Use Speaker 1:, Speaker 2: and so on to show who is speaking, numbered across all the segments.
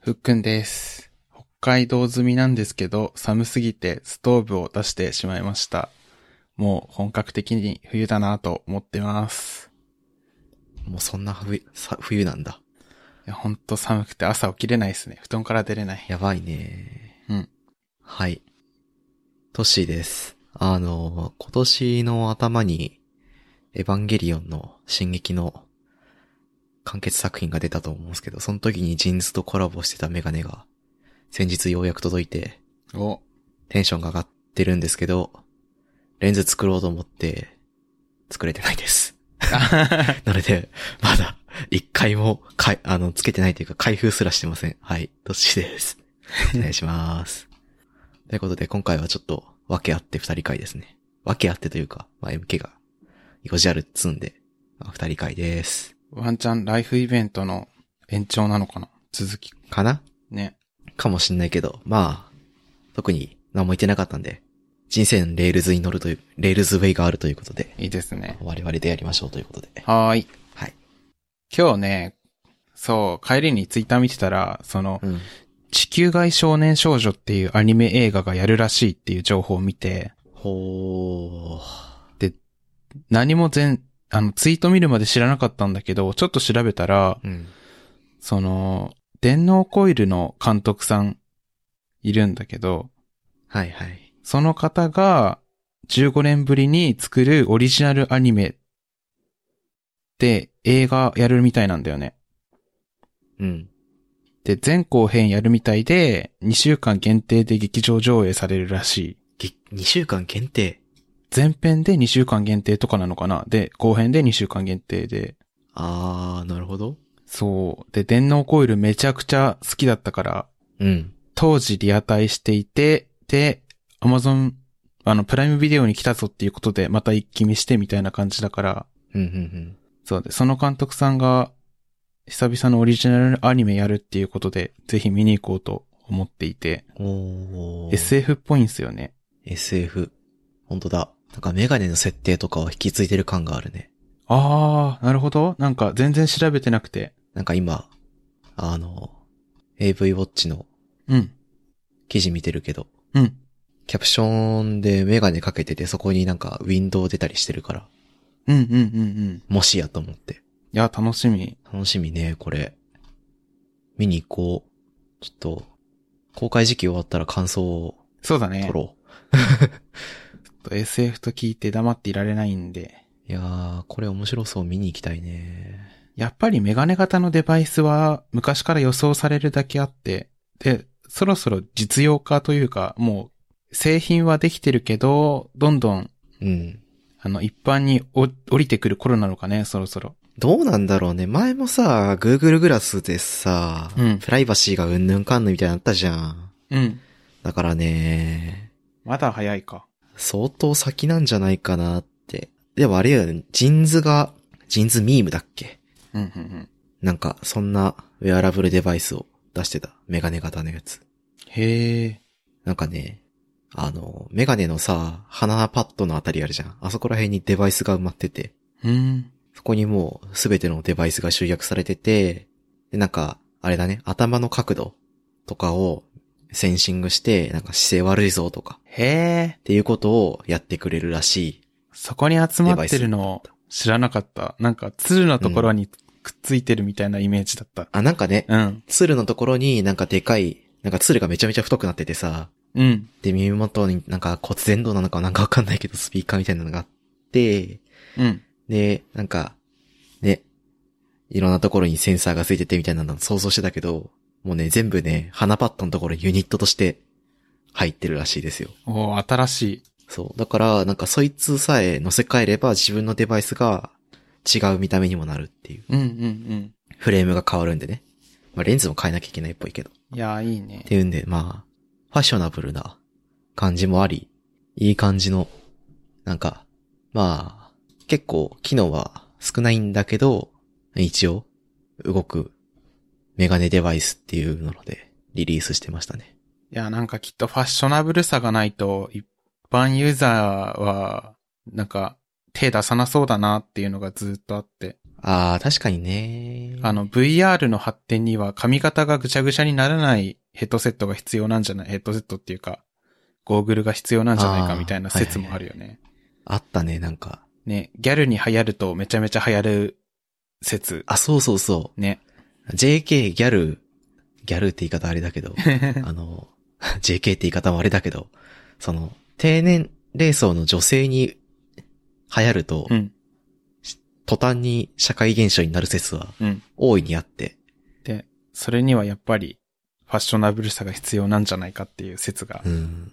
Speaker 1: ふっくんです。北海道済みなんですけど、寒すぎてストーブを出してしまいました。もう本格的に冬だなと思ってます。
Speaker 2: もうそんな冬、さ冬なんだ。
Speaker 1: いや、ほんと寒くて朝起きれないですね。布団から出れない。
Speaker 2: やばいね。
Speaker 1: うん。
Speaker 2: はい。トッシーです。あの、今年の頭に、エヴァンゲリオンの進撃の完結作品が出たと思うんですけど、その時にジーンズとコラボしてたメガネが、先日ようやく届いて、
Speaker 1: お、
Speaker 2: テンションが上がってるんですけど、レンズ作ろうと思って、作れてないです。なので、まだ、一回も、かい、あの、つけてないというか、開封すらしてません。はい、どっちです。お願いします。ということで、今回はちょっと、分け合って二人会ですね。分け合ってというか、まあ、MK が、ゴジあるっつんで、まあ二人会です。
Speaker 1: ワンチャンライフイベントの延長なのかな続き。
Speaker 2: かな
Speaker 1: ね。
Speaker 2: かもしんないけど、まあ、特に何も言ってなかったんで、人生のレールズに乗るという、レールズウェイがあるということで、
Speaker 1: いいですね。
Speaker 2: 我々でやりましょうということで。
Speaker 1: はーい。
Speaker 2: はい。
Speaker 1: 今日ね、そう、帰りにツイッター見てたら、その、
Speaker 2: うん。
Speaker 1: 地球外少年少女っていうアニメ映画がやるらしいっていう情報を見て、
Speaker 2: ほー。
Speaker 1: 何も全、あの、ツイート見るまで知らなかったんだけど、ちょっと調べたら、
Speaker 2: うん。
Speaker 1: その、電脳コイルの監督さんいるんだけど、
Speaker 2: はいはい。
Speaker 1: その方が15年ぶりに作るオリジナルアニメで映画やるみたいなんだよね。
Speaker 2: うん。
Speaker 1: で、前後編やるみたいで、2週間限定で劇場上映されるらしい。
Speaker 2: げ、2週間限定。
Speaker 1: 前編で2週間限定とかなのかなで、後編で2週間限定で。
Speaker 2: あー、なるほど。
Speaker 1: そう。で、電脳コイルめちゃくちゃ好きだったから、
Speaker 2: うん。
Speaker 1: 当時リアタイしていて、で、Amazon、あの、プライムビデオに来たぞっていうことで、また一気見してみたいな感じだから、
Speaker 2: うん、うん、
Speaker 1: そうで、その監督さんが、久々のオリジナルアニメやるっていうことで、ぜひ見に行こうと思っていて、
Speaker 2: うん。おー。
Speaker 1: SF っぽいんですよね。
Speaker 2: SF。ほんとだ。なんかメガネの設定とかを引き継いでる感があるね。
Speaker 1: あー、なるほど。なんか全然調べてなくて。
Speaker 2: なんか今、あの、AV ウォッチの
Speaker 1: うん。
Speaker 2: 記事見てるけど、
Speaker 1: うん。
Speaker 2: キャプションでメガネかけてて、そこになんかウィンドウ出たりしてるから、
Speaker 1: うんうんうんうん。
Speaker 2: もしやと思って。
Speaker 1: いや、楽しみ。
Speaker 2: 楽しみね、これ。見に行こう。ちょっと、公開時期終わったら感想を
Speaker 1: そうだ
Speaker 2: 取
Speaker 1: ね。
Speaker 2: ろう。
Speaker 1: SF と聞いて黙っていられないんで。
Speaker 2: いやー、これ面白そう、見に行きたいね。
Speaker 1: やっぱりメガネ型のデバイスは昔から予想されるだけあって、で、そろそろ実用化というか、もう製品はできてるけど、どんどん、
Speaker 2: うん。
Speaker 1: あの、一般にお降りてくる頃なのかね、そろそろ。
Speaker 2: どうなんだろうね。前もさ、Google グラスでさ、
Speaker 1: うん
Speaker 2: プライバシーがうんぬんかんぬんみたいなのあったじゃん。
Speaker 1: うん。
Speaker 2: だからね、
Speaker 1: まだ早いか。
Speaker 2: 相当先なんじゃないかなって。でもあれだよね、ジーンズが、ジーンズミームだっけ
Speaker 1: うん、うん、うん。
Speaker 2: なんか、そんなウェアラブルデバイスを出してた。メガネ型のやつ。
Speaker 1: へえ。
Speaker 2: なんかね、あの、メガネのさ、鼻パッドのあたりあるじゃん。あそこら辺にデバイスが埋まってて、
Speaker 1: うん。
Speaker 2: そこにもうすべてのデバイスが集約されてて、で、なんか、あれだね、頭の角度とかをセンシングして、なんか姿勢悪いぞとか、
Speaker 1: へえ
Speaker 2: っ。ていうことをやってくれるらしい。
Speaker 1: そこに集まってるの知らなかった。なんか、鶴のところにくっついてるみたいなイメージだった。
Speaker 2: あ、なんかね、
Speaker 1: うん。
Speaker 2: ツールのところになんかでかい、なんかツールがめちゃめちゃ太くなっててさ、
Speaker 1: うん。
Speaker 2: で、耳元になんか骨伝導なのかなんかわかんないけどスピーカーみたいなのがあって、
Speaker 1: うん。
Speaker 2: で、なんか、ね、いろんなところにセンサーがついててみたいなの想像してたけど、もうね、全部ね、鼻パッドのところにユニットとして入ってるらしいですよ。
Speaker 1: おー新しい。
Speaker 2: そう。だから、なんかそいつさえ乗せ替えれば自分のデバイスが違う見た目にもなるっていう。
Speaker 1: うん、うん、うん。
Speaker 2: フレームが変わるんでね。まあ、レンズも変えなきゃいけないっぽいけど。
Speaker 1: いやー、いいね
Speaker 2: っ。ていうんで、まあ、ファッショナブルな感じもあり、いい感じの、なんか、まあ、結構機能は少ないんだけど、一応、動くメガネデバイスっていうので、リリースしてましたね。
Speaker 1: いや、なんかきっとファッショナブルさがないと、一般ユーザーは、なんか、手出さなそうだなっていうのがずっとあって。
Speaker 2: ああ、確かにね。
Speaker 1: あの、VR の発展には髪型がぐちゃぐちゃにならないヘッドセットが必要なんじゃない、ヘッドセットっていうか、ゴーグルが必要なんじゃないかみたいな説もあるよね。
Speaker 2: あったね、なんか。
Speaker 1: ね、ギャルに流行るとめちゃめちゃ流行る説。
Speaker 2: あ、そうそうそ
Speaker 1: ね。
Speaker 2: う。JK ギャル、ギャルって言い方あれだけど、あの、JK って言い方もあれだけど、その、低年齢層の女性に流行ると、
Speaker 1: うん、
Speaker 2: 途端に社会現象になる説は
Speaker 1: うん。
Speaker 2: 大いにあって、
Speaker 1: で、それにはやっぱり、ファッショナブルさが必要なんじゃないかっていう説が。
Speaker 2: うん、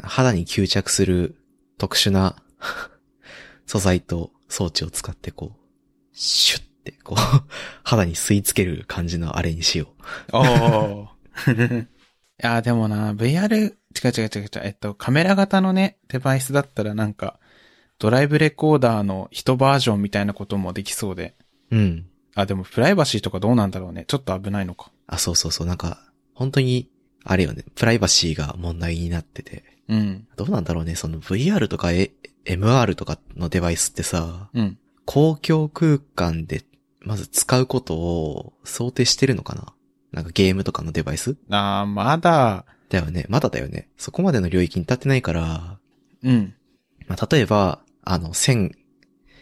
Speaker 2: 肌に吸着する特殊な 素材と装置を使ってこう、シュッてこう、 肌に吸い付ける感じのあれにしよう。
Speaker 1: おお。 いやー、でもな、VR、違う違う違う違う、えっと、カメラ型のね、デバイスだったらなんか、ドライブレコーダーの一バージョンみたいなこともできそうで。
Speaker 2: うん。
Speaker 1: あ、でもプライバシーとかどうなんだろうね。ちょっと危ないのか。
Speaker 2: あ、そうそうそう、なんか、本当に、あれよね、プライバシーが問題になってて。
Speaker 1: うん。
Speaker 2: どうなんだろうね、その VR とか、A、MR とかのデバイスってさ、
Speaker 1: うん。
Speaker 2: 公共空間でまず使うことを想定してるのかななんかゲームとかのデバイス
Speaker 1: あー、まだ、
Speaker 2: だよね。まだだよね。そこまでの領域に立ってないから、
Speaker 1: うん。
Speaker 2: まあ、例えば、あの、線、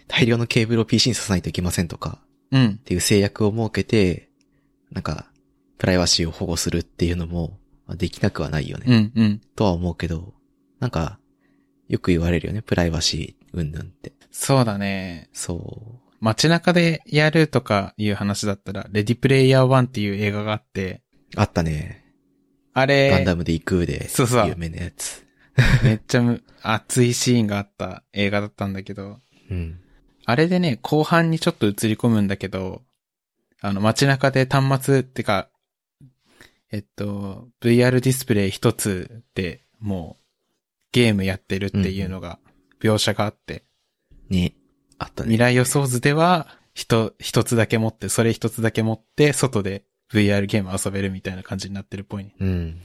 Speaker 2: 大量のケーブルを PC に刺さないといけませんとか、
Speaker 1: うん
Speaker 2: っ。ていう制約を設けて、なんか、プライバシーを保護するっていうのも、まあできなくはないよね。
Speaker 1: うん、うん。
Speaker 2: とは思うけど、なんか、よく言われるよね、プライバシー、うんぬんって。
Speaker 1: そうだね。
Speaker 2: そ
Speaker 1: 街中でやるとかいう話だったら、レディプレイヤー1っていう映画があって、
Speaker 2: う。あったね。
Speaker 1: あ
Speaker 2: ガン
Speaker 1: れ
Speaker 2: ダ、ムで行くで、
Speaker 1: そうそう
Speaker 2: 有名なやつ。
Speaker 1: めっちゃむ熱いシーンがあった映画だったんだけど、
Speaker 2: うん。
Speaker 1: あれでね、後半にちょっと映り込むんだけど、あの街中で端末ってか、えっと、VR ディスプレイ一つでもうゲームやってるっていうのが、描写があって、
Speaker 2: ね。あったね。
Speaker 1: 未来予想図では、人、一つだけ持って、それ一つだけ持って、外で VR ゲーム遊べるみたいな感じになってるっぽいね。
Speaker 2: うん。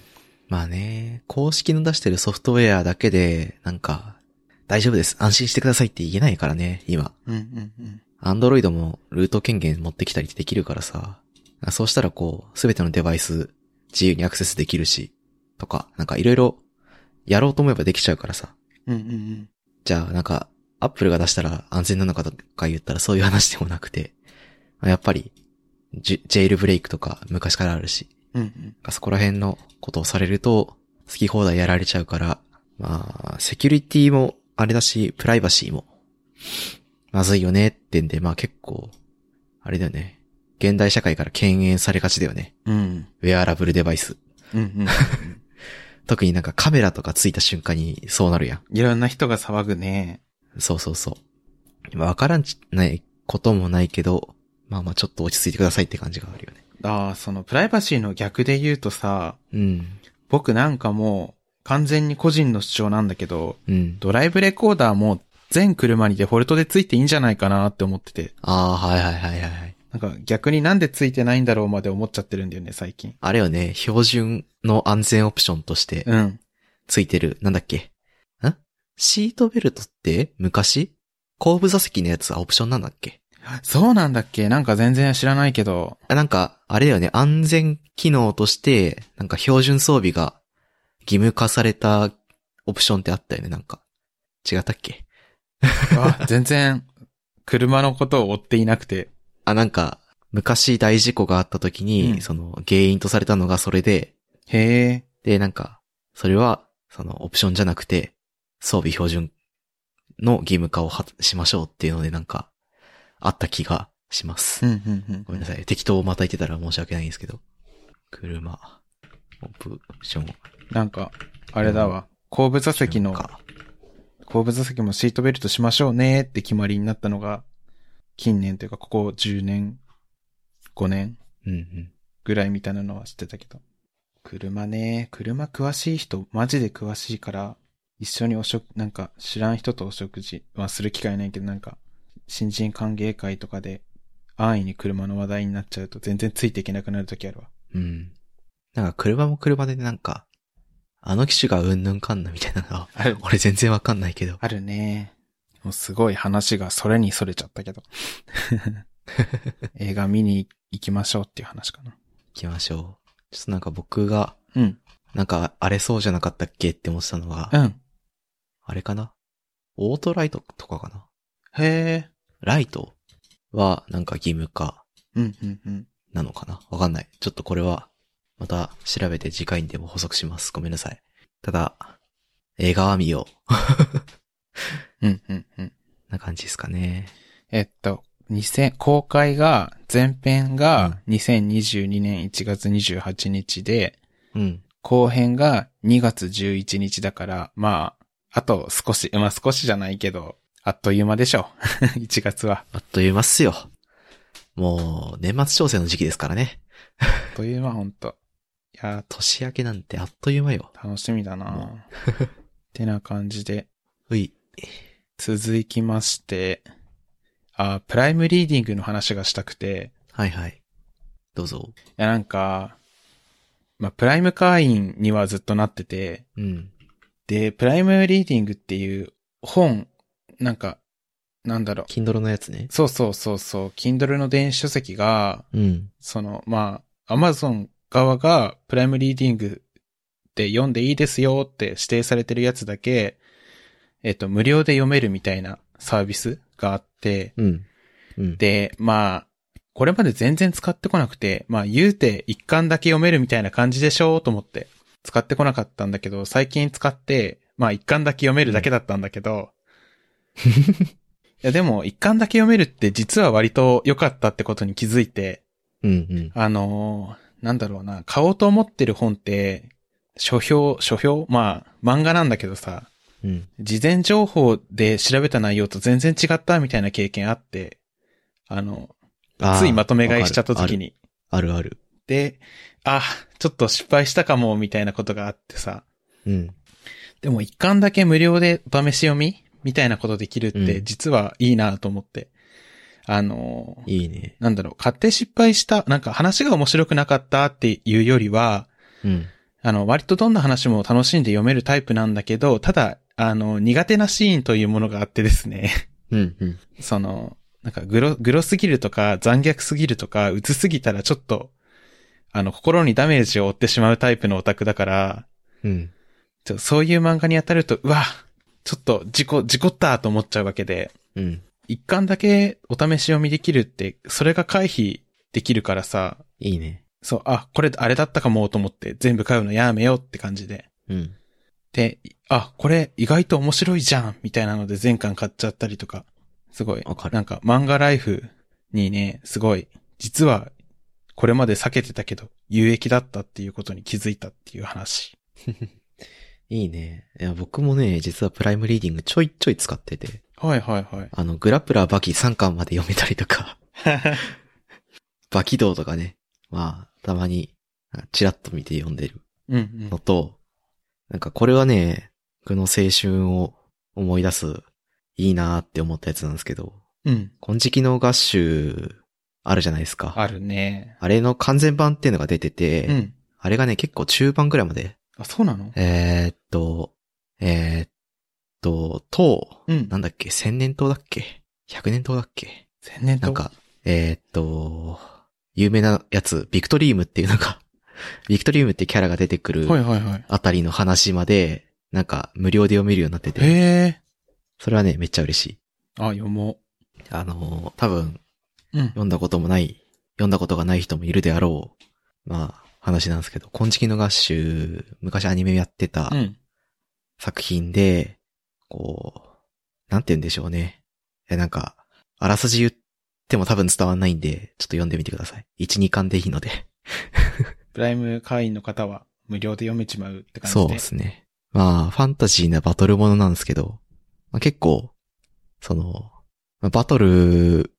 Speaker 2: まあね、公式の出してるソフトウェアだけで、なんか、大丈夫です。安心してくださいって言えないからね、今。
Speaker 1: うんうんうん。
Speaker 2: アンドロイドもルート権限持ってきたりできるからさ。そうしたらこう、すべてのデバイス自由にアクセスできるし、とか、なんかいろいろやろうと思えばできちゃうからさ。
Speaker 1: うんうんうん。
Speaker 2: じゃあなんか、アップルが出したら安全なのかとか言ったらそういう話でもなくて、やっぱり、ジジェイルブレイクとか昔からあるし、
Speaker 1: うんうん。
Speaker 2: そこら辺のことをされると、好き放題やられちゃうから、まあ、セキュリティもあれだし、プライバシーも、まずいよねってんで、まあ結構、あれだよね。現代社会から敬遠されがちだよね。
Speaker 1: うん。
Speaker 2: ウェアラブルデバイス。
Speaker 1: うんうん。
Speaker 2: 特になんかカメラとかついた瞬間にそうなるや
Speaker 1: いろんな人が騒ぐね。
Speaker 2: ん。そうそうそう。まあわからんちないこともないけど、まあまあちょっと落ち着いてくださいって感じがあるよね。
Speaker 1: ああ、そのプライバシーの逆で言うとさ、
Speaker 2: うん。
Speaker 1: 僕なんかもう完全に個人の主張なんだけど、
Speaker 2: うん。
Speaker 1: ドライブレコーダーも全車にデフォルトでついていいんじゃないかなって思ってて、
Speaker 2: ああ、はいはいはいはいはい。
Speaker 1: なんか逆になんでついてないんだろうまで思っちゃってるんだよね、最近。
Speaker 2: あれよね、標準の安全オプションとして、
Speaker 1: うん。
Speaker 2: ついてる、なんだっけんシートベルトって昔後部座席のやつはオプションなんだっけ
Speaker 1: そうなんだっけなんか全然知らないけど、
Speaker 2: あなんか、あれだよね、安全機能として、なんか標準装備が義務化されたオプションってあったよね、なんか。違ったっけ
Speaker 1: あ 全然車のことを追っていなくて、
Speaker 2: あ、なんか、昔大事故があった時に、
Speaker 1: うん
Speaker 2: その原因とされたのがそれで、
Speaker 1: へえ、
Speaker 2: で、なんか、それは、そのオプションじゃなくて、装備標準の義務化をはしましょうっていうので、なんか、あった気がします。
Speaker 1: うんうん
Speaker 2: ごめんなさい。適当をまたいてたら申し訳ないんですけど。車、オプション。
Speaker 1: なんか、あれだわ。後部座席の
Speaker 2: か
Speaker 1: 後部座席もシートベルトしましょうねって決まりになったのが、近年というかここ10年、5年
Speaker 2: うんうん。
Speaker 1: ぐらいみたいなのは知ってたけど。車ね、車詳しい人、マジで詳しいから、一緒にお食、なんか知らん人とお食事はする機会ないけど、なんか、新人歓迎会とかで、安易に車の話題になっちゃうと全然ついていけなくなる時あるわ。
Speaker 2: うん。なんか、車も車でなんか、あの機種がうんぬんかんぬんみたいなのは、
Speaker 1: ある、
Speaker 2: 俺全然わかんないけど。
Speaker 1: あるね。もうすごい話がそれにそれちゃったけど。映画見に行きましょうっていう話かな。
Speaker 2: 行きましょう。ちょっとなんか僕が、
Speaker 1: うん。
Speaker 2: なんか荒れそうじゃなかったっけって思ってたのが、
Speaker 1: うん。
Speaker 2: あれかなオートライトとかかな
Speaker 1: へえ。
Speaker 2: ライトはなんか義務化
Speaker 1: うん、うん、うん。
Speaker 2: なのかなわかんない。ちょっとこれは、また調べて次回にでも補足します。ごめんなさい。ただ、映画は見よう。
Speaker 1: うん、うん、うん。
Speaker 2: な感じですかね。
Speaker 1: えっと、2000、公開が、前編が2022年1月28日で、
Speaker 2: うん。
Speaker 1: 後編が2月11日だから、まあ、あと少し、まあ少しじゃないけど、あっという間でしょう。1月 は。
Speaker 2: あっという間っすよ。もう、年末調整の時期ですからね。
Speaker 1: あっという間ほんと。いや
Speaker 2: 年明けなんてあっという間よ。
Speaker 1: ー、楽しみだなぁってな感じで、
Speaker 2: うい。
Speaker 1: 続きまして、あ、プライムリーディングの話がしたくて、
Speaker 2: はいはい。どうぞ。
Speaker 1: いやなんか、まあ、プライム会員にはずっとなってて、
Speaker 2: うん。
Speaker 1: で、プライムリーディングっていう本、なんか、なんだろう。
Speaker 2: Kindle のやつね。
Speaker 1: そうそうそうそう、Kindle の電子書籍が、
Speaker 2: うん。
Speaker 1: その、まあ、Amazon 側がプライムリーディングで読んでいいですよって指定されてるやつだけ、えっと、無料で読めるみたいなサービスがあって、
Speaker 2: うん。うん。、
Speaker 1: で、まあ、これまで全然使ってこなくて、まあ言うて一巻だけ読めるみたいな感じでしょうと思って使ってこなかったんだけど、最近使って、まあ一巻だけ読めるだけだったんだけど、いやでも一巻だけ読めるって実は割と良かったってことに気づいて、
Speaker 2: うんうん。
Speaker 1: あのーなんだろうな、買おうと思ってる本って、書評、書評まあ漫画なんだけどさ、
Speaker 2: うん。
Speaker 1: 事前情報で調べた内容と全然違ったみたいな経験あって、あの、
Speaker 2: あー
Speaker 1: ついまとめ買いしちゃった時。に。
Speaker 2: わかるある
Speaker 1: で、あ、ちょっと失敗したかも、みたいなことがあってさ。
Speaker 2: ある。うん。
Speaker 1: でも一巻だけ無料で試し読みみたいなことできるっ
Speaker 2: う
Speaker 1: て、
Speaker 2: ん
Speaker 1: 実はいいなと思って。あのー
Speaker 2: いいね。
Speaker 1: なんだろう、買って失敗した、なんか話が面白くなかったっていうよりは、
Speaker 2: うん。
Speaker 1: あの、割とどんな話も楽しんで読めるタイプなんだけど、ただ、あの、苦手なシーンというものがあってですね。
Speaker 2: うんうん。
Speaker 1: その、なんかグロ、グロすぎるとか残虐すぎるとか、うつすぎたらちょっと、あの、心にダメージを負ってしまうタイプのオタクだから、
Speaker 2: うん。
Speaker 1: ちょそういう漫画に当たると、うわ、ちょっと事故、事故ったと思っちゃうわけで、
Speaker 2: うん。
Speaker 1: 一巻だけお試し読みできるって、それが回避できるからさ、
Speaker 2: いいね。
Speaker 1: そう、あ、これあれだったかもと思って全部買うのやめようって感じで。
Speaker 2: うん。
Speaker 1: で、あ、これ意外と面白いじゃんみたいなので全巻買っちゃったりとか、すごい
Speaker 2: わかる
Speaker 1: なんか漫画ライフにね、すごい、実はこれまで避けてたけど、有益だったっていうことに気づいたっていう話。
Speaker 2: いいね。いや、僕もね、実はプライムリーディングちょいちょい使ってて、
Speaker 1: はいはいはい。
Speaker 2: あの、グラップラーバキ3巻まで読めたりとか、 バキ道とかね、まあ、たまに、チラッと見て読んでる
Speaker 1: うんうん
Speaker 2: の。と、なんかこれはね、僕の青春を思い出す、いいなーって思ったやつなんですけど、
Speaker 1: うん。
Speaker 2: 金色の合集、あるじゃないですか。
Speaker 1: あるね。
Speaker 2: あれの完全版っていうのが出てて、
Speaker 1: うん。
Speaker 2: あれがね、結構中盤ぐらいまで、
Speaker 1: あ、そうなの
Speaker 2: えー、っと、えー、っと、唐、
Speaker 1: うん
Speaker 2: なんだっけ、千年島だっけ百年島だっけ
Speaker 1: 千年
Speaker 2: な
Speaker 1: と
Speaker 2: ん。か、えー、っと、有名なやつ、ビクトリームっていうのが、 ビクトリームってキャラが出てくる
Speaker 1: はいはいはい。
Speaker 2: あたりの話まで、なんか無料で読めるようになって
Speaker 1: へ
Speaker 2: て、
Speaker 1: え。
Speaker 2: それはね、めっちゃ嬉しい。
Speaker 1: あ、読も
Speaker 2: あのー、多分、
Speaker 1: う。うん。
Speaker 2: 読んだこともない、読んだことがない人もいるであろう、まあ、話なんですけど、金色の合集、昔アニメやってた、
Speaker 1: うん。
Speaker 2: 作品で、こう、なんて言うんでしょうね。え、なんか、あらすじ言っても多分伝わんないんで、ちょっと読んでみてください。1、2巻でいいので。
Speaker 1: プライム会員の方は無料で読めちまうって感じで。
Speaker 2: そうですね。まあ、ファンタジーなバトルものなんですけど、まあ、結構、その、まあバトル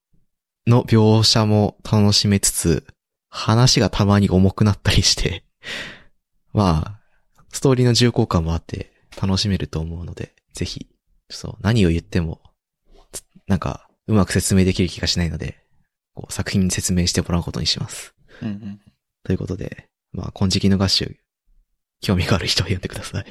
Speaker 2: の描写も楽しめつつ、話がたまに重くなったりして、 まあ、ストーリーの重厚感もあって楽しめると思うので、ぜひ、ちょっと何を言っても、つなんか、うまく説明できる気がしないので、こう作品に説明してもらうことにします。
Speaker 1: うんうん。
Speaker 2: ということで、まあ、金色の合集、興味がある人は読んでください。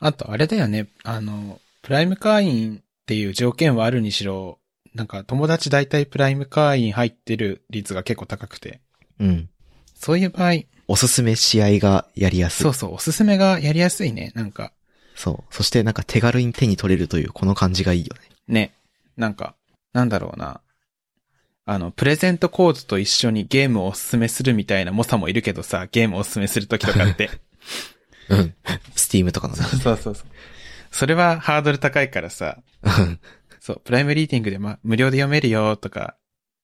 Speaker 1: あと、あれだよね。あの、プライム会員っていう条件はあるにしろ、なんか友達大体プライム会員入ってる率が結構高くて、
Speaker 2: うん。
Speaker 1: そういう場合、
Speaker 2: おすすめ試合がやりやすい。
Speaker 1: そうそう、おすすめがやりやすいね。なんか、
Speaker 2: そう。そしてなんか手軽に手に取れるというこの感じがいいよね。
Speaker 1: ね、なんか、なんだろうな。あの、プレゼントコードと一緒にゲームをおすすめするみたいな猛者もいるけどさ、ゲームをおすすめするときとかって。
Speaker 2: うん。 スティームとかの ね。
Speaker 1: そうそうそう。それはハードル高いからさ、
Speaker 2: うん
Speaker 1: そう、プライムリーディングで、ま、無料で読めるよとか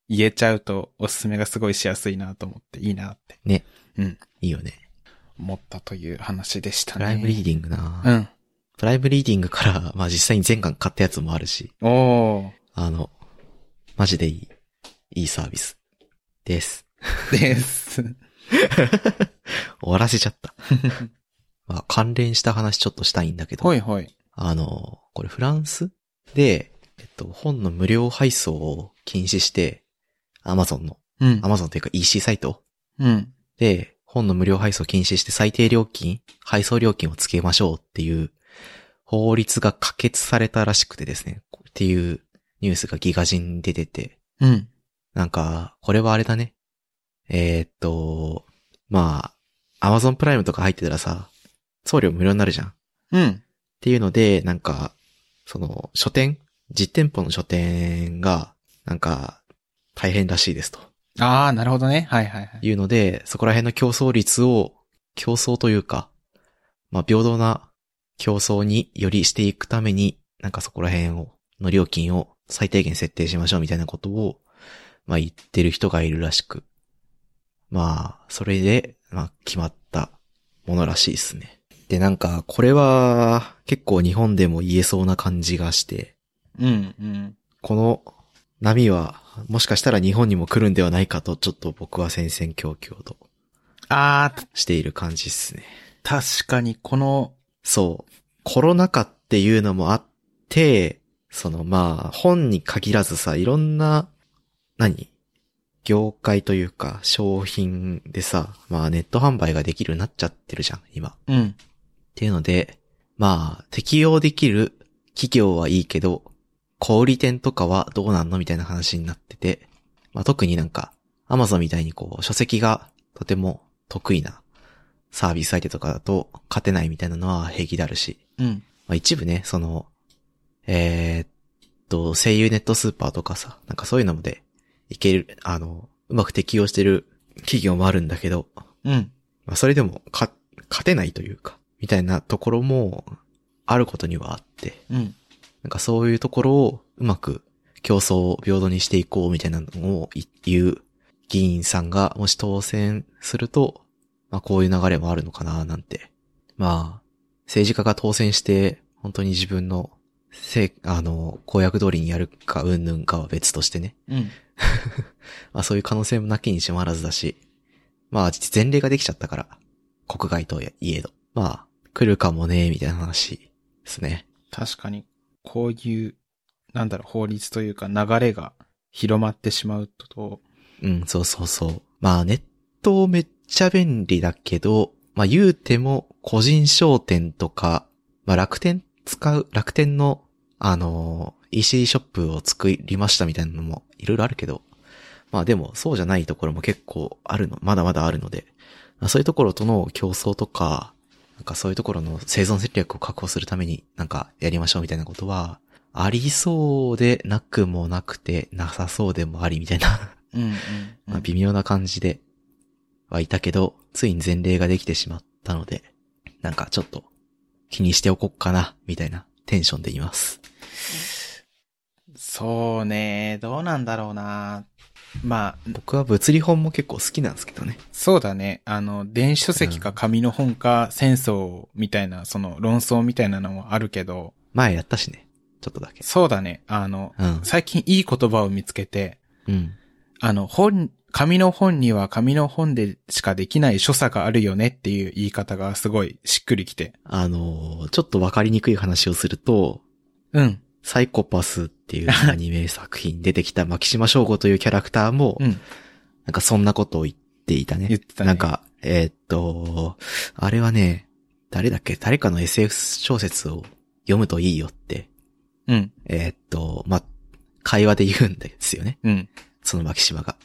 Speaker 1: 言えちゃうとおすすめがすごいしやすいなと思って、いいなって。
Speaker 2: ね。
Speaker 1: うん。
Speaker 2: いいよね。
Speaker 1: 思ったという話でしたね。
Speaker 2: プライムリーディングな、
Speaker 1: うん。
Speaker 2: プライムリーディングから、まあ実際に全巻買ったやつもあるし、
Speaker 1: お
Speaker 2: あの、マジでいい、いいサービス。です。
Speaker 1: ー。です。
Speaker 2: 終わらせち ゃった。まあ関連した話ちょっとしたいんだけど、
Speaker 1: ほいほい。
Speaker 2: あの、これフランスで、えっと、本の無料配送を禁止して、アマゾンの、
Speaker 1: うん
Speaker 2: ア。マゾンというか EC サイト
Speaker 1: うん。
Speaker 2: で、本の無料配送を禁止して最低料金、配送料金をつけましょうっていう法律が可決されたらしくてですね、っていうニュースがギガ人に出てて、
Speaker 1: うん。
Speaker 2: なんか、これはあれだね。えーっと、まあ、Amazon プライムとか入ってたらさ、送料無料になるじゃん。
Speaker 1: うん。
Speaker 2: っていうので、なんか、その、書店実店舗の書店が、なんか、大変らしいですと。
Speaker 1: あー、なるほどね。はいはいはい。
Speaker 2: いうので、そこら辺の競争率を、競争というか、まあ、平等な競争によりしていくために、なんかそこら辺を、の料金を最低限設定しましょうみたいなことを、まあ、言ってる人がいるらしく。まあ、それで、まあ、決まったものらしいですね。で、なんか、これは、結構日本でも言えそうな感じがして、
Speaker 1: うん。うん。
Speaker 2: この波は、もしかしたら日本にも来るんではないかと、ちょっと僕は戦々恐々と
Speaker 1: あー、
Speaker 2: している感じですね。
Speaker 1: 確かにこの、
Speaker 2: そう。コロナ禍っていうのもあって、そのまあ、本に限らずさ、いろんな、何業界というか、商品でさ、まあネット販売ができるようになっちゃってるじゃん、今。っ
Speaker 1: うん。
Speaker 2: ていうので、まあ、適用できる企業はいいけど、小売店とかはどうなんのみたいな話になってて、まあ特になんか、アマゾンみたいにこう、書籍がとても得意なサービス相手とかだと勝てないみたいなのは平気であるし、
Speaker 1: うん。
Speaker 2: まあ一部ね、その、えーっと、声優ネットスーパーとかさ、なんかそういうので、いける、あの、うまく適用してる企業もあるんだけど、
Speaker 1: うん。
Speaker 2: まあそれでも、か、勝てないというか、みたいなところも、あることにはあって、
Speaker 1: うん。
Speaker 2: なんかそういうところをうまく競争を平等にしていこうみたいなのを言う議員さんがもし当選すると、まあこういう流れもあるのかななんて。まあ、政治家が当選して本当に自分のせあの、公約通りにやるかうんぬんかは別としてね。
Speaker 1: うん。
Speaker 2: まあそういう可能性もなきにしもあらずだし、まあ前例ができちゃったから、国外といえど。まあ、来るかもね、みたいな話ですね。
Speaker 1: 確かに、こういう、なんだろう、法律というか流れが広まってしまうと、
Speaker 2: うん、そうそうそう。まあ、ネットめっちゃ便利だけど、まあ言うても、個人商店とか、まあ楽天使う、楽天の、あのー、EC ショップを作りましたみたいなのもいろいろあるけど、まあでもそうじゃないところも結構あるの、まだまだあるので、まあそういうところとの競争とか、なんかそういうところの生存戦略を確保するためになんかやりましょうみたいなことは、ありそうでなくもなくて、なさそうでもありみたいな。
Speaker 1: うんうん、
Speaker 2: まあ、微妙な感じではいたけど、ついに前例ができてしまったので、なんかちょっと気にしておこっかな、みたいなテンションでいます。
Speaker 1: そうね、どうなんだろうな。まあ、
Speaker 2: 僕は物理本も結構好きなんですけどね。
Speaker 1: そうだね。あの、電子書籍か紙の本か戦争みたいな、その論争みたいなのもあるけど、
Speaker 2: 前やったしね。ちょっとだけ。
Speaker 1: そうだね。あの、
Speaker 2: うん。
Speaker 1: 最近いい言葉を見つけて、
Speaker 2: うん。
Speaker 1: あの、本、紙の本には紙の本でしかできない所作があるよねっていう言い方がすごいしっくりきて。
Speaker 2: あのーちょっとわかりにくい話をすると、
Speaker 1: うん。
Speaker 2: サイコパスっていうアニメ作品に出てきた牧島翔吾というキャラクター も、
Speaker 1: うん。
Speaker 2: なんかそんなことを言っていたね。
Speaker 1: 言ってたね
Speaker 2: なんか、えーっと、あれはね、誰だっけ誰かの SF 小説を読むといいよって、
Speaker 1: うん。
Speaker 2: えーっと、ま、会話で言うんですよね。
Speaker 1: うん。
Speaker 2: そのマキシマが。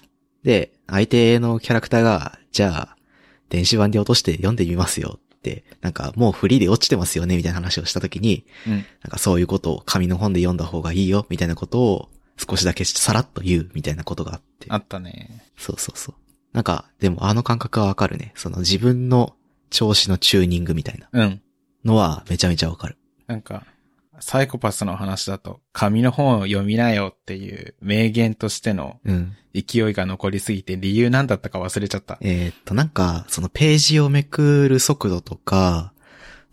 Speaker 2: で、相手のキャラクターが、じゃあ、電子版で落として読んでみますよって、なんかもうフリーで落ちてますよね、みたいな話をしたときに、
Speaker 1: うん。
Speaker 2: なんかそういうことを紙の本で読んだ方がいいよ、みたいなことを少しだけさらっと言う、みたいなことがあって。
Speaker 1: あったね。
Speaker 2: そうそうそう。なんか、でもあの感覚はわかるね。その自分の調子のチューニングみたいな
Speaker 1: うん。
Speaker 2: のはめちゃめちゃわかる。
Speaker 1: なんか、サイコパスの話だと、紙の本を読みなよっていう名言としての
Speaker 2: うん。
Speaker 1: 勢いが残りすぎて理由何だったか忘れちゃった。
Speaker 2: えーっと、なんか、そのページをめくる速度とか、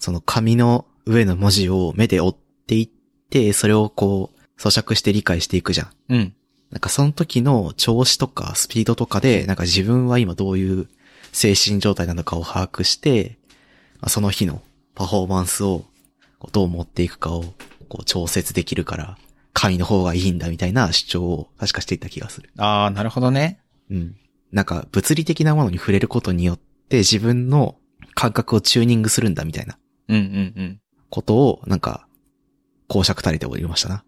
Speaker 2: その紙の上の文字を目で追っていって、それをこう、咀嚼して理解していくじゃん。
Speaker 1: うん。
Speaker 2: なんかその時の調子とかスピードとかで、なんか自分は今どういう精神状態なのかを把握して、まあその日のパフォーマンスをこうどう持っていくかをこう調節できるから、紙の方がいいんだみたいな主張を確かしていた気がする。
Speaker 1: ああ、なるほどね。
Speaker 2: うん。なんか物理的なものに触れることによって自分の感覚をチューニングするんだみたいな
Speaker 1: うんうんうん。
Speaker 2: ことを、なんか、公爵垂れておりましたな。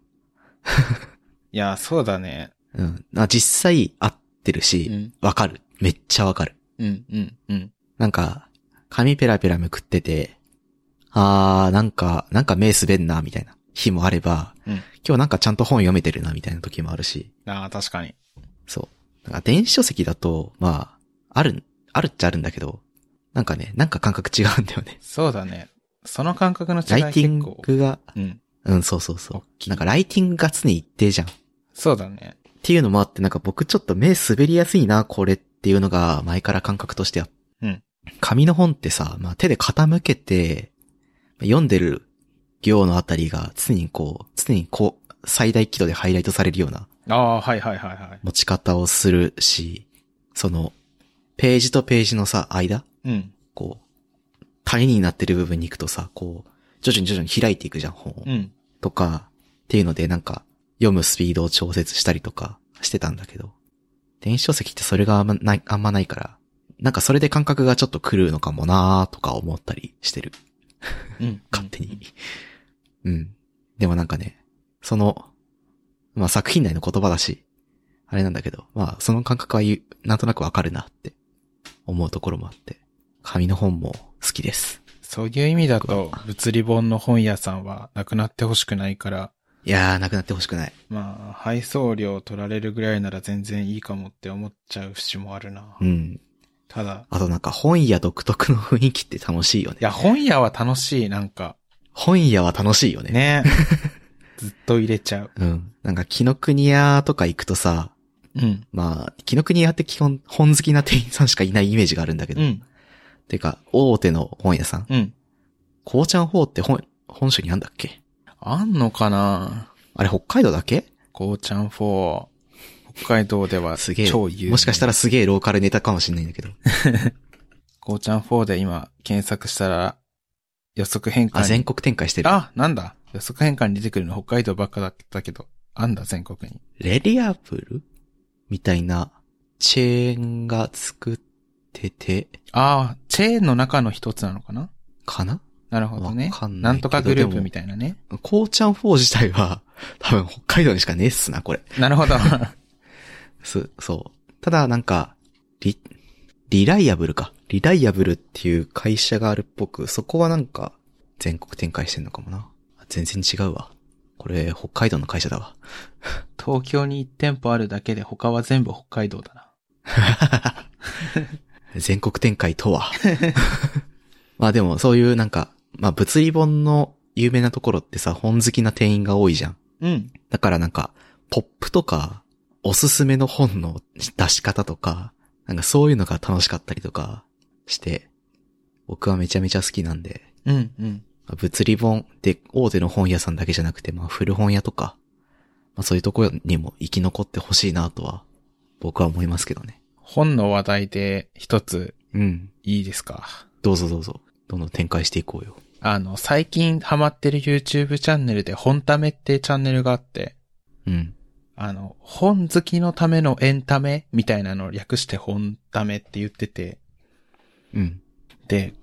Speaker 1: いや、そうだね。
Speaker 2: うん。あ実際合ってる
Speaker 1: う
Speaker 2: し、
Speaker 1: ん。
Speaker 2: わかる。めっちゃわかる。
Speaker 1: うんうんうん。
Speaker 2: なんか、髪ペラペラめくってて、あー、なんか、なんか目滑んな、みたいな日もあれば、
Speaker 1: うん
Speaker 2: 今日なんかちゃんと本読めてるな、みたいな時もあるし、
Speaker 1: ああ、確かに。
Speaker 2: そう。なんか電子書籍だと、まあ、ある、あるっちゃあるんだけど、なんかね、なんか感覚違うんだよね。
Speaker 1: そうだね。その感覚の
Speaker 2: ラ
Speaker 1: 違
Speaker 2: イ
Speaker 1: い
Speaker 2: ティン
Speaker 1: 結構。
Speaker 2: グが、
Speaker 1: うん。
Speaker 2: うん、そうそうそ
Speaker 1: 大きい
Speaker 2: う。なんかライティングが常に一定じゃん。っ
Speaker 1: そうだね。
Speaker 2: ていうのもあって、なんか僕ちょっと目滑りやすいな、これっていうのが前から感覚としてあって。
Speaker 1: うん
Speaker 2: 紙の本ってさ、まあ手で傾けて、読んでる行のあたりが常にこう、常にこう、最大輝度でハイライトされるような
Speaker 1: ああ、はいはいはいはい。
Speaker 2: 持ち方をするし、その、ページとページのさ、間
Speaker 1: うん。
Speaker 2: こう、谷になってる部分に行くとさ、こう、徐々に徐々に開いていくじゃん、本を。
Speaker 1: うん。
Speaker 2: とか、っていうのでなんか、読むスピードを調節したりとかしてたんだけど、電子書籍ってそれがあんまない、あんまないから、なんかそれで感覚がちょっと狂うのかもなーとか思ったりしてる。
Speaker 1: うん。
Speaker 2: 勝手に。うん。でもなんかね、その、まあ作品内の言葉だし、あれなんだけど、まあその感覚はゆなんとなくわかるなって思うところもあって、紙の本も好きです。
Speaker 1: そういう意味だと、物理本の本屋さんはなくなってほしくないから、
Speaker 2: いやー、なくなってほしくない。
Speaker 1: まあ、配送料取られるぐらいなら全然いいかもって思っちゃう節もあるな
Speaker 2: う。ん。
Speaker 1: ただ、
Speaker 2: あとなんか本屋独特の雰囲気って楽しいよね
Speaker 1: い。や、本屋は楽しい、なんか。
Speaker 2: 本屋は楽しいよね。
Speaker 1: ね。ずっと入れちゃう。
Speaker 2: うん。なんか、木の国屋とか行くとさ、
Speaker 1: うん。
Speaker 2: まあ、木の国屋って基本本好きな店員さんしかいないイメージがあるんだけど、
Speaker 1: う
Speaker 2: っ
Speaker 1: ん。
Speaker 2: ていうか、大手の本屋さん。
Speaker 1: うん。
Speaker 2: こうちゃん法って本、本州にあんだっけ
Speaker 1: あんのかな
Speaker 2: あれ北海道だっけ
Speaker 1: こうちゃん4。北海道では
Speaker 2: すげえ。
Speaker 1: 超有名。
Speaker 2: もしかした
Speaker 1: ら。
Speaker 2: らすげえローカルネタかもしんないんだけど。
Speaker 1: こうちゃん4で今検索したら予測変換
Speaker 2: あ、
Speaker 1: に
Speaker 2: 全国展開してる。
Speaker 1: あ、なんだ。予測変換に出てくるの北海道ばっかだったけど、あんだ、全国に。
Speaker 2: レリアブルみたいな、チェーンが作ってて、
Speaker 1: ああ、チェーンの中の一つなのかな
Speaker 2: かな
Speaker 1: なるほどね
Speaker 2: わ。かん
Speaker 1: な
Speaker 2: ないけど
Speaker 1: んとかグルー
Speaker 2: で
Speaker 1: プ
Speaker 2: も
Speaker 1: みたいなね。
Speaker 2: こうちゃん法自体は、多分北海道にしかねえっすな、これ。
Speaker 1: なるほど。あ
Speaker 2: す、そう。ただ、なんか、リ、リライアブルか。リライアブルっていう会社があるっぽく、そこはなんか、全国展開してんのかもな。あ全然違うわ。これ、北海道の会社だわ。
Speaker 1: 東京に1店舗あるだけで他は全部北海道だな。
Speaker 2: 全国展開とは。 まあでも、そういうなんか、まあ物理本の有名なところってさ、本好きな店員が多いじゃん。
Speaker 1: うん。
Speaker 2: だからなんか、ポップとか、おすすめの本の出し方とか、なんかそういうのが楽しかったりとかして、僕はめちゃめちゃ好きなんで、
Speaker 1: うん、うん。
Speaker 2: まあ物理本で大手の本屋さんだけじゃなくて、まあ古本屋とか、まあそういうところにも生き残ってほしいなとは、僕は思いますけどね。
Speaker 1: 本の話題で一つ
Speaker 2: うん。
Speaker 1: いいですか。
Speaker 2: どうぞどうぞ。どんどん展開していこうよ。
Speaker 1: あの、最近ハマってる YouTube チャンネルで本ためってチャンネルがあって、
Speaker 2: うん。
Speaker 1: あの、本好きのためのエンタメみたいなのを略して本ためって言ってて、
Speaker 2: うん。
Speaker 1: で、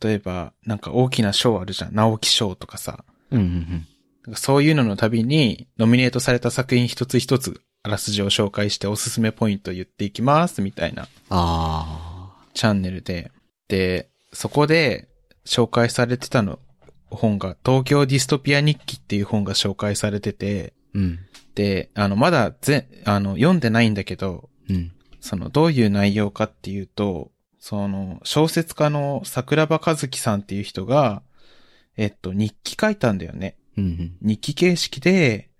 Speaker 1: 例えば、なんか大きな賞あるじゃん。直木賞とかさ。
Speaker 2: うんうん
Speaker 1: なんかそういうののたびに、ノミネートされた作品一つ一つ、あらすじを紹介しておすすめポイントを言っていきます、みたいな
Speaker 2: あ
Speaker 1: チャンネルで。で、そこで紹介されてたの、本が、東京ディストピア日記っていう本が紹介されてて、
Speaker 2: ー。うん。
Speaker 1: で、あの、まだぜ、あの、読んでないんだけど、
Speaker 2: うん。
Speaker 1: その、どういう内容かっていうと、その、小説家の桜庭和樹さんっていう人が、えっと、日記書いたんだよね。
Speaker 2: うんうん。
Speaker 1: 日記形式で、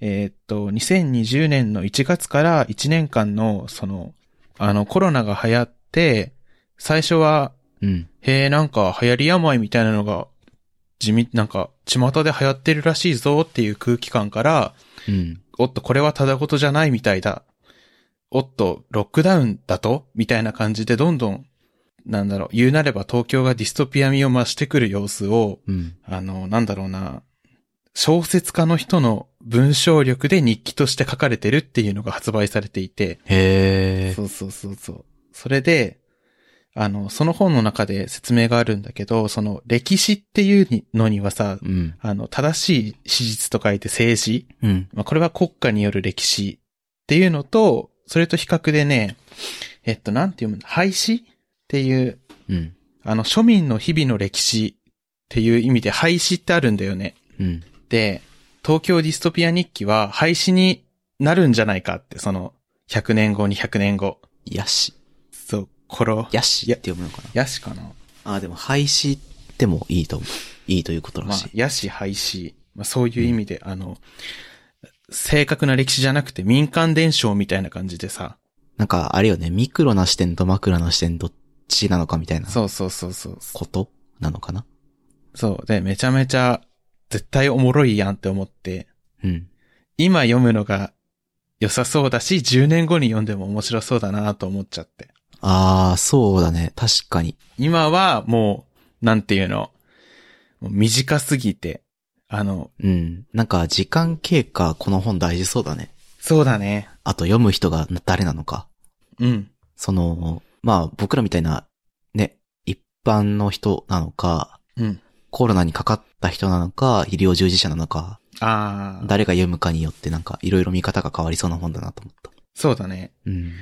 Speaker 1: えーっと、2020年の1月から1年間の、その、あの、コロナが流行って、最初は、
Speaker 2: うん。
Speaker 1: へえ、なんか流行り病みたいなのが、地味、なんか、巷で流行ってるらしいぞっていう空気感から、
Speaker 2: うん。
Speaker 1: おっと、これはただ事じゃないみたいだ。おっと、ロックダウンだとみたいな感じで、どんどん、なんだろう、言うなれば東京がディストピア味を増してくる様子を、
Speaker 2: うん。
Speaker 1: あの、なんだろうな、小説家の人の文章力で日記として書かれてるっていうのが発売されていて、
Speaker 2: へー。
Speaker 1: そうそうそうそう。それで、あの、その本の中で説明があるんだけど、その歴史っていうのにはさ、
Speaker 2: うん。
Speaker 1: あの、正しい史実と書いて政治。
Speaker 2: うん。
Speaker 1: まあ、これは国家による歴史っていうのと、それと比較でね、えっと、なんて読むの廃止っていう、
Speaker 2: うん。
Speaker 1: あの、庶民の日々の歴史っていう意味で廃止ってあるんだよね。
Speaker 2: うん。
Speaker 1: で、東京ディストピア日記は廃止になるんじゃないかって、その、100年後、200年後。
Speaker 2: ヤシ。
Speaker 1: そう、ころ、
Speaker 2: ヤシって読むのかな
Speaker 1: やしかな。
Speaker 2: あー、でも廃止でもいいと思う。いいということら
Speaker 1: まあ
Speaker 2: しい、。
Speaker 1: やし廃止。まあ、そういう意味で、あの、正確な歴史じゃなくて民間伝承みたいな感じでさ。
Speaker 2: なんか、あれよね、ミクロな視点とマクロな視点どっちなのかみたいな
Speaker 1: そうそうそうそう。
Speaker 2: ことなのかな
Speaker 1: そう。で、めちゃめちゃ、絶対おもろいやんって思って、
Speaker 2: うん。
Speaker 1: 今読むのが良さそうだし、10年後に読んでも面白そうだなと思っちゃって。
Speaker 2: あー、そうだね。確かに。
Speaker 1: 今はもう、なんていうの、もう短すぎて、あの、
Speaker 2: うん。なんか、時間経過、この本大事そうだね。
Speaker 1: そうだね。
Speaker 2: あと、読む人が誰なのか。
Speaker 1: うん。
Speaker 2: その、まあ、僕らみたいな、ね、一般の人なのか、
Speaker 1: うん。
Speaker 2: コロナにかかった人なのか、医療従事者なのか、
Speaker 1: ああ、
Speaker 2: 誰が読むかによってなんか、いろいろ見方が変わりそうな本だなと思った。
Speaker 1: そうだね。
Speaker 2: うん。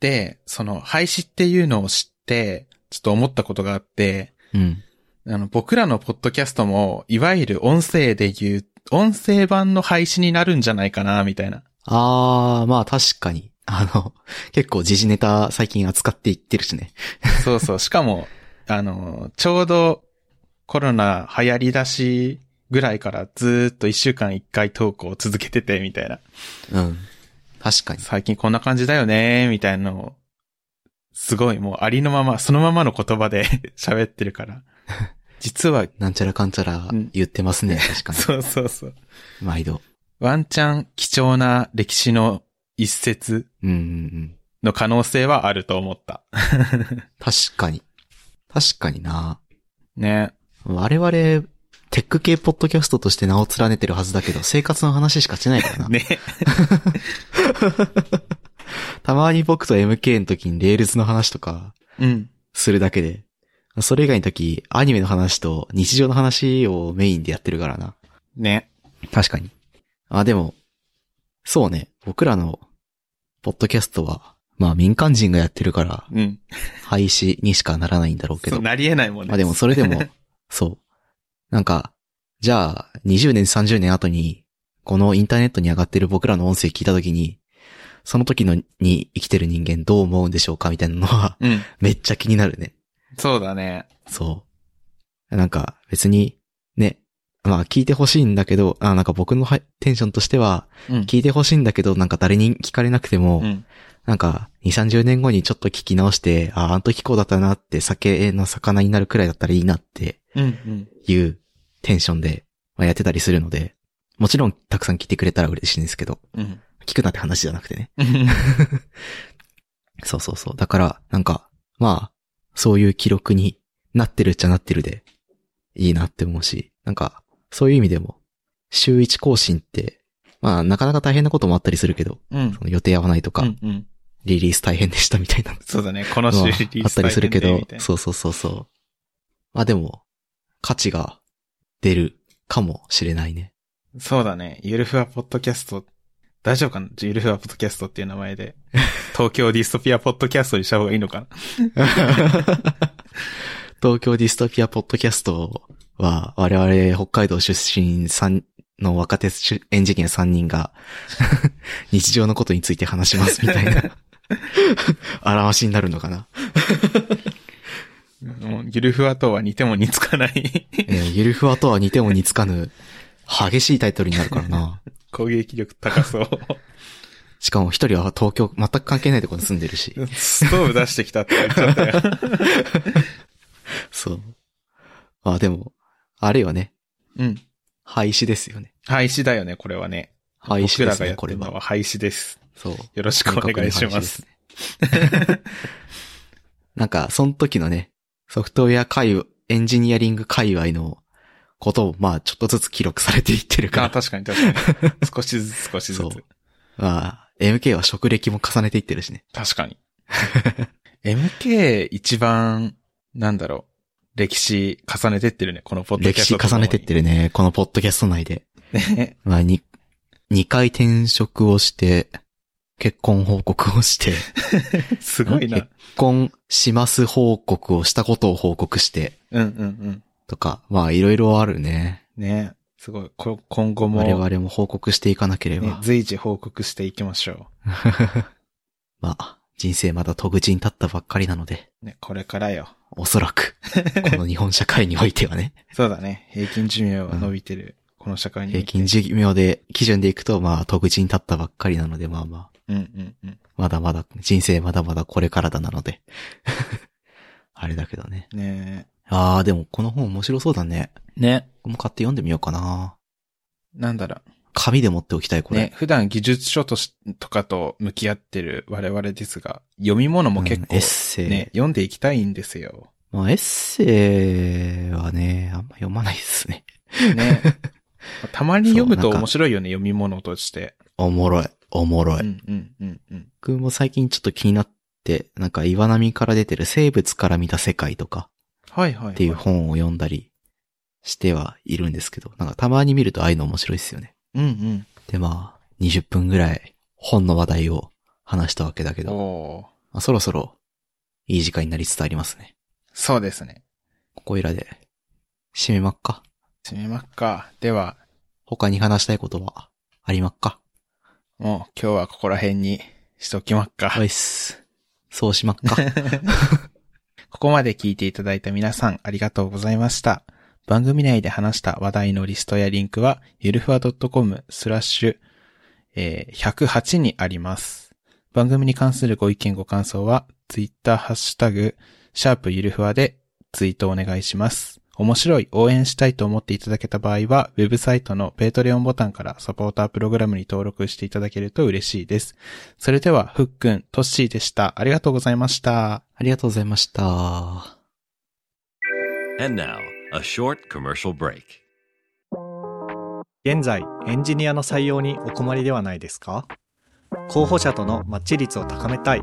Speaker 1: で、その、廃止っていうのを知って、ちょっと思ったことがあって、
Speaker 2: うん。
Speaker 1: あの、僕らのポッドキャストも、いわゆる音声で言う、音声版の廃止になるんじゃないかな、みたいな。
Speaker 2: あー、まあ確かに。あの、 結構時事ネタ最近扱っていってるしね。
Speaker 1: そう そう。しかも、あの、ちょうどコロナ流行り出しぐらいからずーっと一週間一回投稿を続けてて、みたいな。
Speaker 2: うん。確かに。
Speaker 1: 最近こんな感じだよね、みたいなのを、すごいもうありのまま、そのままの言葉で 喋ってる から。実は、
Speaker 2: なんちゃらかんちゃら言ってます ね。確か
Speaker 1: そうそうそう。
Speaker 2: に。毎度。
Speaker 1: ワンチャン貴重な歴史の一節
Speaker 2: うんうんうん。
Speaker 1: の可能性はあると思った。
Speaker 2: 確かに。確かにな。
Speaker 1: ね。
Speaker 2: 我々、テック系ポッドキャストとして名を連ねてるはずだけど、生活の話しかしてないから な。
Speaker 1: ね。
Speaker 2: たまに僕と MK の時にレールズの話とか
Speaker 1: うん。
Speaker 2: するだけで、それ以外の時、アニメの話と日常の話をメインでやってるからな。
Speaker 1: ね。
Speaker 2: 確かに。あ、でも、そうね。僕らの、ポッドキャストは、まあ民間人がやってるから、
Speaker 1: うん。
Speaker 2: 廃止にしかならないんだろうけ
Speaker 1: そ
Speaker 2: ど。
Speaker 1: うなり得ないもんね。、
Speaker 2: まあでもそれでも、 そう。なんか、じゃあ、20年、30年後に、このインターネットに上がってる僕らの音声聞いた時に、その時のに生きてる人間どう思うんでしょうかみたいなのは
Speaker 1: うん。
Speaker 2: めっちゃ気になるね。
Speaker 1: そうだね。
Speaker 2: そう。なんか、別に、ね、まあ聞いてほしいんだけど、あなんか僕のはテンションとしては、
Speaker 1: うん。
Speaker 2: 聞いてほしいんだけど、なんか誰に聞かれなくても、
Speaker 1: うん。
Speaker 2: なんか、2、30年後にちょっと聞き直して、ああ、あの時こうだったなって、酒の魚になるくらいだったらいいなって
Speaker 1: うん。うん。
Speaker 2: いうテンションで、まあ、やってたりするので、もちろんたくさん聞いてくれたら嬉しいんですけど、
Speaker 1: うん。
Speaker 2: 聞くなって話じゃなくてね。
Speaker 1: うん。
Speaker 2: そうそうそう。だから、なんか、まあ、そういう記録になってるっちゃなってるで、いいなって思うし、なんか、そういう意味でも、週1更新って、まあ、なかなか大変なこともあったりするけど、
Speaker 1: うん
Speaker 2: その予定合わないとか、
Speaker 1: うん。
Speaker 2: リリース大変でしたみたいな
Speaker 1: そうだね。この
Speaker 2: の
Speaker 1: 週
Speaker 2: は
Speaker 1: リリ
Speaker 2: あ
Speaker 1: ー
Speaker 2: っ
Speaker 1: ス
Speaker 2: たりするけ
Speaker 1: 大変
Speaker 2: ど
Speaker 1: でみたい、な
Speaker 2: そうそうそうそう。まあでも、価値が出るかもしれないね。
Speaker 1: そうだね。ゆるふわポッドキャスト。大丈夫かなゆるふわポッドキャストっていう名前 で。東京ディストピアポッドキャストにした方がいいのかな
Speaker 2: 東京ディストピアポッドキャストは、我々北海道出身三の若手エンジニア3人が、 日常のことについて話しますみたいな、表しになるのかな。
Speaker 1: もうゆるふわとは似ても似つかない。
Speaker 2: えーゆるふわとは似ても似つかぬ、激しいタイトルになるからな。
Speaker 1: 攻撃力高そう。
Speaker 2: しかも一人は東京、全く関係ないところに住んでるし。
Speaker 1: ストーブ出してきたって言っちゃったよ。
Speaker 2: そう。あ、でも、あれよね。
Speaker 1: うん。
Speaker 2: 廃止ですよね。
Speaker 1: 廃止だよね、これはね。
Speaker 2: 廃止
Speaker 1: 僕
Speaker 2: で
Speaker 1: ら
Speaker 2: す
Speaker 1: がや
Speaker 2: ね、
Speaker 1: って
Speaker 2: これ
Speaker 1: るの
Speaker 2: は。
Speaker 1: は廃止です。
Speaker 2: そう。
Speaker 1: よろしくお願いし
Speaker 2: 明確に廃止
Speaker 1: ま。
Speaker 2: ですね。 なんか、その時のね、ソフトウェア界隈、エンジニアリング界隈のことを、まあ、ちょっとずつ記録されていってるか
Speaker 1: あ、
Speaker 2: ら。
Speaker 1: 確かに確かに。少しずつ少しず
Speaker 2: そう
Speaker 1: つ。
Speaker 2: まあ、MK は職歴も重ねていってるしね。
Speaker 1: 確 かに。MK 一番、なんだろう。歴史重ねてってるね、このポッドキ
Speaker 2: 歴
Speaker 1: ャ
Speaker 2: 史
Speaker 1: ストとと
Speaker 2: 重
Speaker 1: もに。
Speaker 2: ねてってるね、このポッドキャスト内で。
Speaker 1: ね。
Speaker 2: まあ、に、2回転職をして、結婚報告をして、
Speaker 1: すごいな
Speaker 2: 結。婚します報告をしたことを報告して、
Speaker 1: うんうんうん。
Speaker 2: とか、まあ、いろいろあるね。
Speaker 1: ね。すごい。こ今後も、
Speaker 2: 我々も報告していかなけれ
Speaker 1: ね
Speaker 2: ば。
Speaker 1: 随時報告していきましょ
Speaker 2: まあ、人生まだ戸口に立ったばっかりなので、
Speaker 1: う。ね、これからよ。
Speaker 2: おそ らく、この日本社会においてはね、
Speaker 1: そうだね。平均寿命は伸びてる。この社会にお
Speaker 2: 平
Speaker 1: いて。
Speaker 2: 均寿命で、基準でいくと、まあ、戸口に立ったばっかりなので、まあまあ、
Speaker 1: うんうんうん。
Speaker 2: まだまだ、人生まだまだこれからだなので。 あれだけどね。
Speaker 1: ね
Speaker 2: あー、でもこの本面白そうだね。
Speaker 1: え。ね。
Speaker 2: 僕も買って読んでみようかな。
Speaker 1: なんだろ
Speaker 2: 紙で持っておきたい、こ
Speaker 1: う。
Speaker 2: れ。
Speaker 1: ね、普段技術書とし、とかと向き合ってる我々ですが、読み物も結
Speaker 2: う
Speaker 1: 構
Speaker 2: んエッ、セイ。
Speaker 1: ね、読んでいきたいんですよ。
Speaker 2: まあ、エッセイはね、あんま読まないですね。
Speaker 1: ね。 たまに読む
Speaker 2: そ
Speaker 1: と
Speaker 2: うなんか
Speaker 1: 面白いよね、読み物として。
Speaker 2: おもろい、おもろい。
Speaker 1: うんうんうんうん。
Speaker 2: 僕も最近ちょっと気になって、なんか岩波から出てる生物から見た世界とか
Speaker 1: はいはい、はい。
Speaker 2: っていう。本を読んだりしてはいるんですけど、なんかたまに見るとああいうの面白いですよね。
Speaker 1: うん
Speaker 2: でまあ、20分ぐらい本の話題を話したわけだけ
Speaker 1: うん。
Speaker 2: ど、
Speaker 1: おー
Speaker 2: まあ、そろそろいい時間になりつつありますね。
Speaker 1: そうですね。
Speaker 2: ここいらで締めまっか。
Speaker 1: 締めまっか。では、
Speaker 2: 他に話したいことはありまっか。
Speaker 1: もう今日はここら辺にしときまっか。
Speaker 2: おいっす。そうしま っか。
Speaker 1: ここまで聞いていただいた皆さんありがとうございました。番組内で話した話題のリストやリンクは、ゆるふわ .com スラッシュえー108にあります。番組に関するご意見ご感想は、ツイッターハッシュタグ、シャープゆるふわでツイートお願いします。面白い、応援したいと思っていただけた場合は、ウェブサイトのペイトレオンボタンからサポータープログラムに登録していただけると嬉しいです。それでは、ふっくん、とっしーでした。ありがとうございました。
Speaker 2: ありがとうございました。
Speaker 3: And now, a short commercial break.
Speaker 4: 現在エンジニアの採用にお困りではないですか候補者とのマッチ率を高めたい